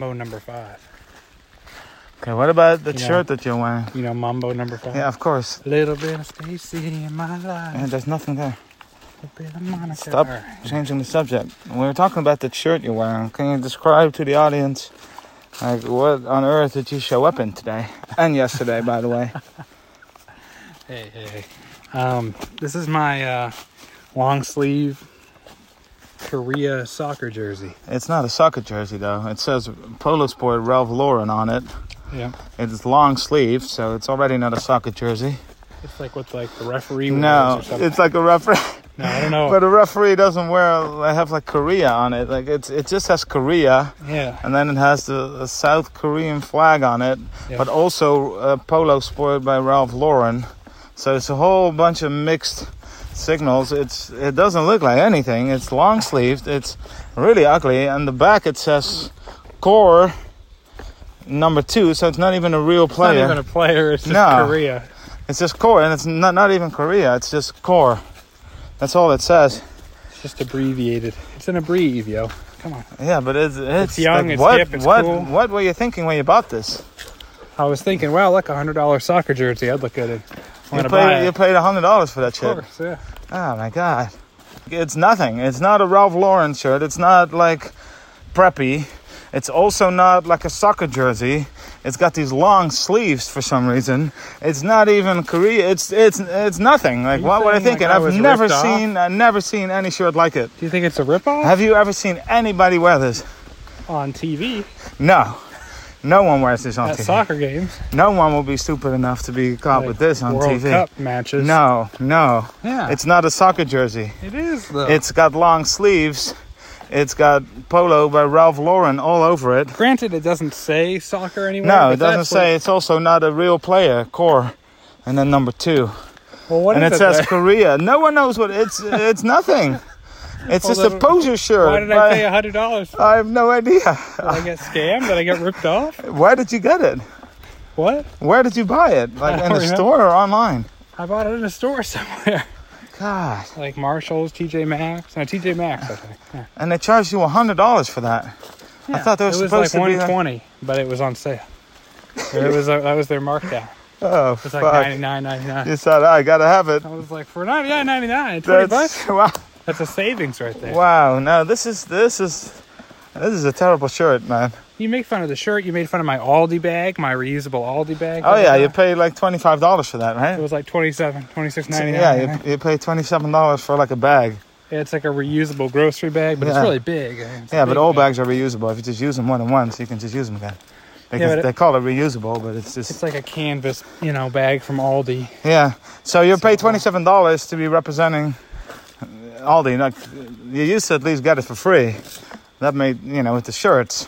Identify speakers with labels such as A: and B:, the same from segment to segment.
A: Mambo number five.
B: Okay, what about the
A: You know.
B: shirt that you're wearing?
A: You know Mambo number five?
B: Yeah, of course.
A: Little bit of Stacy in my life.
B: Yeah, there's nothing there.
A: little bit of Monica.
B: Stop
A: All right.
B: changing the subject. We were talking about that shirt you're wearing. Can you describe to the audience, like, what on earth did you show up in today? And yesterday, by the way.
A: Hey, hey, hey. Um, this is my uh, long sleeve Korea soccer jersey.
B: It's not a soccer jersey, though. It says Polo Sport Ralph Lauren on it.
A: Yeah.
B: It's long sleeved, so it's already not a soccer jersey.
A: It's like what like the referee
B: No,
A: wears or something.
B: it's like a referee,
A: No, I don't know.
B: but a referee doesn't wear. I have like Korea on it. Like it's it just has Korea,
A: yeah.
B: and then it has the, the South Korean flag on it,
A: Yeah.
B: but also uh, Polo Sport by Ralph Lauren. So it's a whole bunch of mixed signals. It's it doesn't look like anything. It's long sleeved. It's really ugly, and the back it says core number two. So it's not even a real
A: It's not
B: player.
A: even a player, it's just
B: No.
A: Korea.
B: It's just core, and it's not not even Korea. It's just core. That's all it says.
A: It's just abbreviated. It's an abbrev, yo. Come on.
B: Yeah, but it's it's,
A: young,
B: like,
A: it's
B: what
A: hip, it's
B: what
A: cool.
B: what were you thinking when you bought this?
A: I was thinking, wow, look, a hundred dollar soccer jersey. I'd look good. in. I'm gonna
B: You
A: buy
B: paid
A: it.
B: you paid hundred dollars for that
A: of
B: shit.
A: course, yeah.
B: Oh my god, it's nothing. It's not a Ralph Lauren shirt. It's not like preppy. It's also not like a soccer jersey. It's got these long sleeves for some reason. It's not even Korea. It's it's it's nothing. Like
A: you
B: what were I
A: saying, like,
B: thinking?
A: I
B: I've
A: was
B: never
A: ripped off?
B: seen I've never seen any shirt like it.
A: Do you think it's a ripoff
B: Have you ever seen anybody wear this?
A: on TV
B: No. No one wears this on
A: at
B: TV.
A: soccer games?
B: No one will be stupid enough to be caught
A: like
B: with this on
A: World
B: TV.
A: Cup matches.
B: No, no.
A: yeah,
B: It's not a soccer jersey.
A: it is though.
B: It's got long sleeves. It's got polo by Ralph Lauren all over it.
A: granted it doesn't say soccer anywhere.
B: No,
A: but
B: it doesn't
A: that's what-
B: say it's also not a real player, core. And then number two.
A: Well, what
B: and
A: is
B: it says
A: though?
B: Korea. No one knows what it's it's nothing. It's
A: Well,
B: just a
A: then
B: poser shirt.
A: Why did
B: by-
A: I pay a hundred dollars? Did
B: I have no idea.
A: I get scammed? Did I get ripped off?
B: Why did you get it?
A: What?
B: Where did you buy it? Like in
A: don't
B: the
A: remember.
B: store or online?
A: I bought it in a store somewhere,
B: God.
A: like Marshalls, TJ Maxx. No, TJ Maxx. I think. Yeah.
B: And they charged you hundred dollars for that.
A: Yeah,
B: thought they were
A: it was
B: supposed
A: like
B: to be like-
A: 120, but it was on sale. it was that was their markdown.
B: Oh
A: It's
B: fuck!
A: like 99.99.
B: you said I gotta have it.
A: I was like, for 99.99, 20 bucks.
B: That's wow,
A: That's a savings right there.
B: wow. No, this is this is this is a terrible shirt, man.
A: You make fun of the shirt. You made fun of my Aldi bag, my reusable Aldi bag.
B: Oh yeah, you
A: you.
B: paid like twenty five dollars for that,
A: It
B: right?
A: was like 27, 26.99.
B: Yeah, you, you paid twenty seven dollars for like a bag.
A: Yeah, it's like a reusable grocery bag, but it's
B: Yeah.
A: really big. I mean, it's a
B: Yeah, but
A: big
B: all
A: bag.
B: bags are reusable. If you just use them more than once, you can just use them again. Because
A: but it-
B: they call it reusable, but it's just
A: It's like a canvas, you know, bag from Aldi.
B: yeah. So you
A: uh,
B: pay twenty seven dollars to be representing Aldi. Not, you used to at least get it for free. That made you know with the shirts,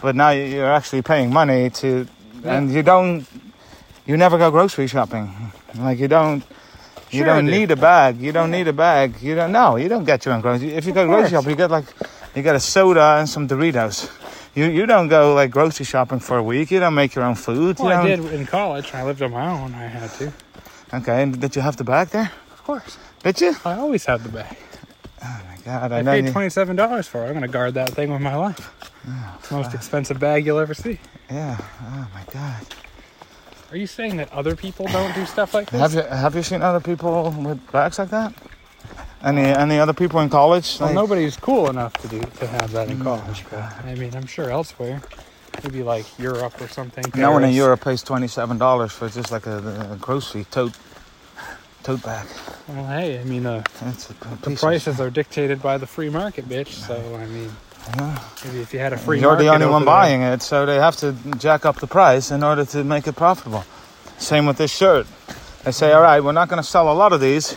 B: but now you- you're actually paying money to, and you don't. You never go grocery shopping. Like you don't. You
A: Sure I
B: don't
A: do.
B: need a bag. You don't need a bag. You don't. No, you don't get your own grocery. If you go grocery
A: course.
B: shopping, you get like, you get a soda and some Doritos. You you don't go like grocery shopping for a week. You don't make your own food.
A: Well,
B: you
A: Oh, I
B: don't,
A: did in college. and I lived on my own. I had to.
B: Okay, and did you have the bag there?
A: Of course.
B: Did you?
A: I always had the bag.
B: God,
A: I
B: I, know
A: paid
B: you.
A: $27 for it. I'm going to guard that thing with my life. It's the most expensive bag you'll ever see.
B: Yeah. Oh my God.
A: Are you saying that other people don't do stuff like this?
B: Have you have you seen other people with bags like that? Any any other people in college?
A: Well,
B: Like-
A: nobody's cool enough to do to have that
B: Mm.
A: in college. But I mean, I'm sure elsewhere, maybe like Europe or something.
B: no one in
A: Paris.
B: Europe pays twenty seven dollars for just like a, a grocery tote tote bag.
A: Well, hey, I mean, uh,
B: That's a, a
A: the
B: piece of-
A: prices are dictated by the free market, bitch. So I mean,
B: Yeah.
A: maybe if you had a free,
B: Uh-huh. You're the
A: market
B: only
A: over
B: one
A: there-
B: buying it, so they have to jack up the price in order to make it profitable. Same with this shirt. They say, all right, we're not going to sell a lot of these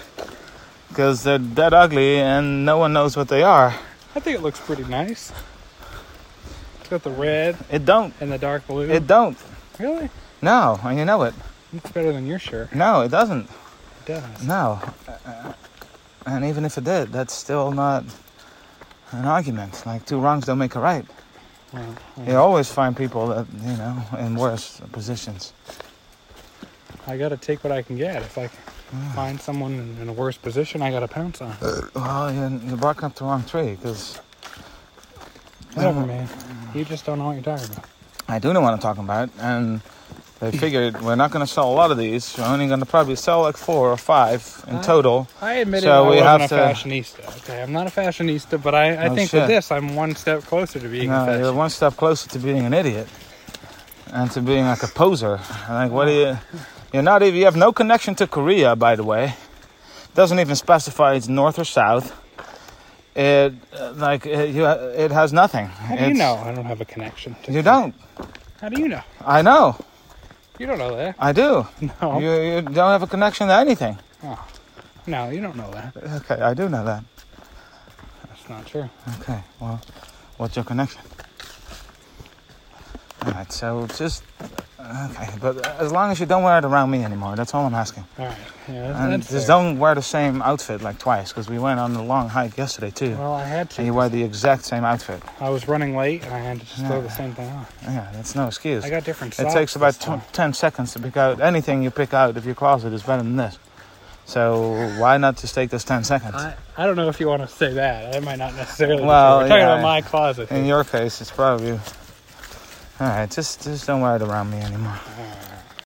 B: because they're dead ugly and no one knows what they are.
A: I think it looks pretty nice. It's got the red
B: It don't.
A: and the dark blue.
B: It don't.
A: really?
B: No, and you know it.
A: It's better than your shirt.
B: No, it doesn't.
A: It does.
B: No. Uh, And even if it did, that's still not an argument. Like two wrongs don't make a right.
A: Well,
B: You always find people that you know in worse positions.
A: I gotta take what I can get. If I
B: Ah.
A: find someone in- in a worse position, I gotta pounce on.
B: Uh, Well, you, you bark up the wrong tree because uh-huh.
A: Whatever, man. You just don't know what you're talking about.
B: I do know what I'm talking about, and they figured we're not going to sell a lot of these. We're only going to probably sell like four or five in
A: Huh?
B: total.
A: I admit
B: So
A: I
B: we
A: wasn't a
B: have to-
A: fashionista. Okay, I'm not a fashionista, but I, I
B: Oh,
A: think
B: shit.
A: with this, I'm one step closer to being a
B: No, you're
A: fashionista.
B: one step closer to being an idiot and to being like a poser. Like, what do you? You're not even. You have no connection to Korea, by the way. Doesn't even specify it's north or south. It uh, like it, you. It has nothing.
A: How do you know I don't have a connection? To
B: You don't.
A: How do you know?
B: I know.
A: You don't know that.
B: I do.
A: No.
B: You, you don't have a connection to anything.
A: no, you don't know that.
B: Okay, I do know that.
A: That's not true.
B: Okay, well, what's your connection? Alright, so just. Okay, but as long as you don't wear it around me anymore, that's all I'm asking.
A: All right. Yeah, that's,
B: And
A: that's
B: just
A: fair.
B: don't wear the same outfit like twice, because we went on a long hike yesterday too.
A: Well, I had
B: And you
A: to.
B: wear the exact same outfit.
A: I was running late, and I had to just throw
B: Yeah.
A: the same thing on.
B: Yeah, that's no excuse.
A: I got different
B: It
A: socks.
B: takes about
A: this time.
B: tw 10 seconds to pick out anything you pick out of your closet is better than this. So why not just take those 10 seconds?
A: I, I don't know if you want to say that. That might not necessarily. be
B: Well,
A: true. We're talking
B: yeah.
A: about my closet.
B: In your case, it's probably. Alright, just, just don't wear it around me anymore.
A: All right.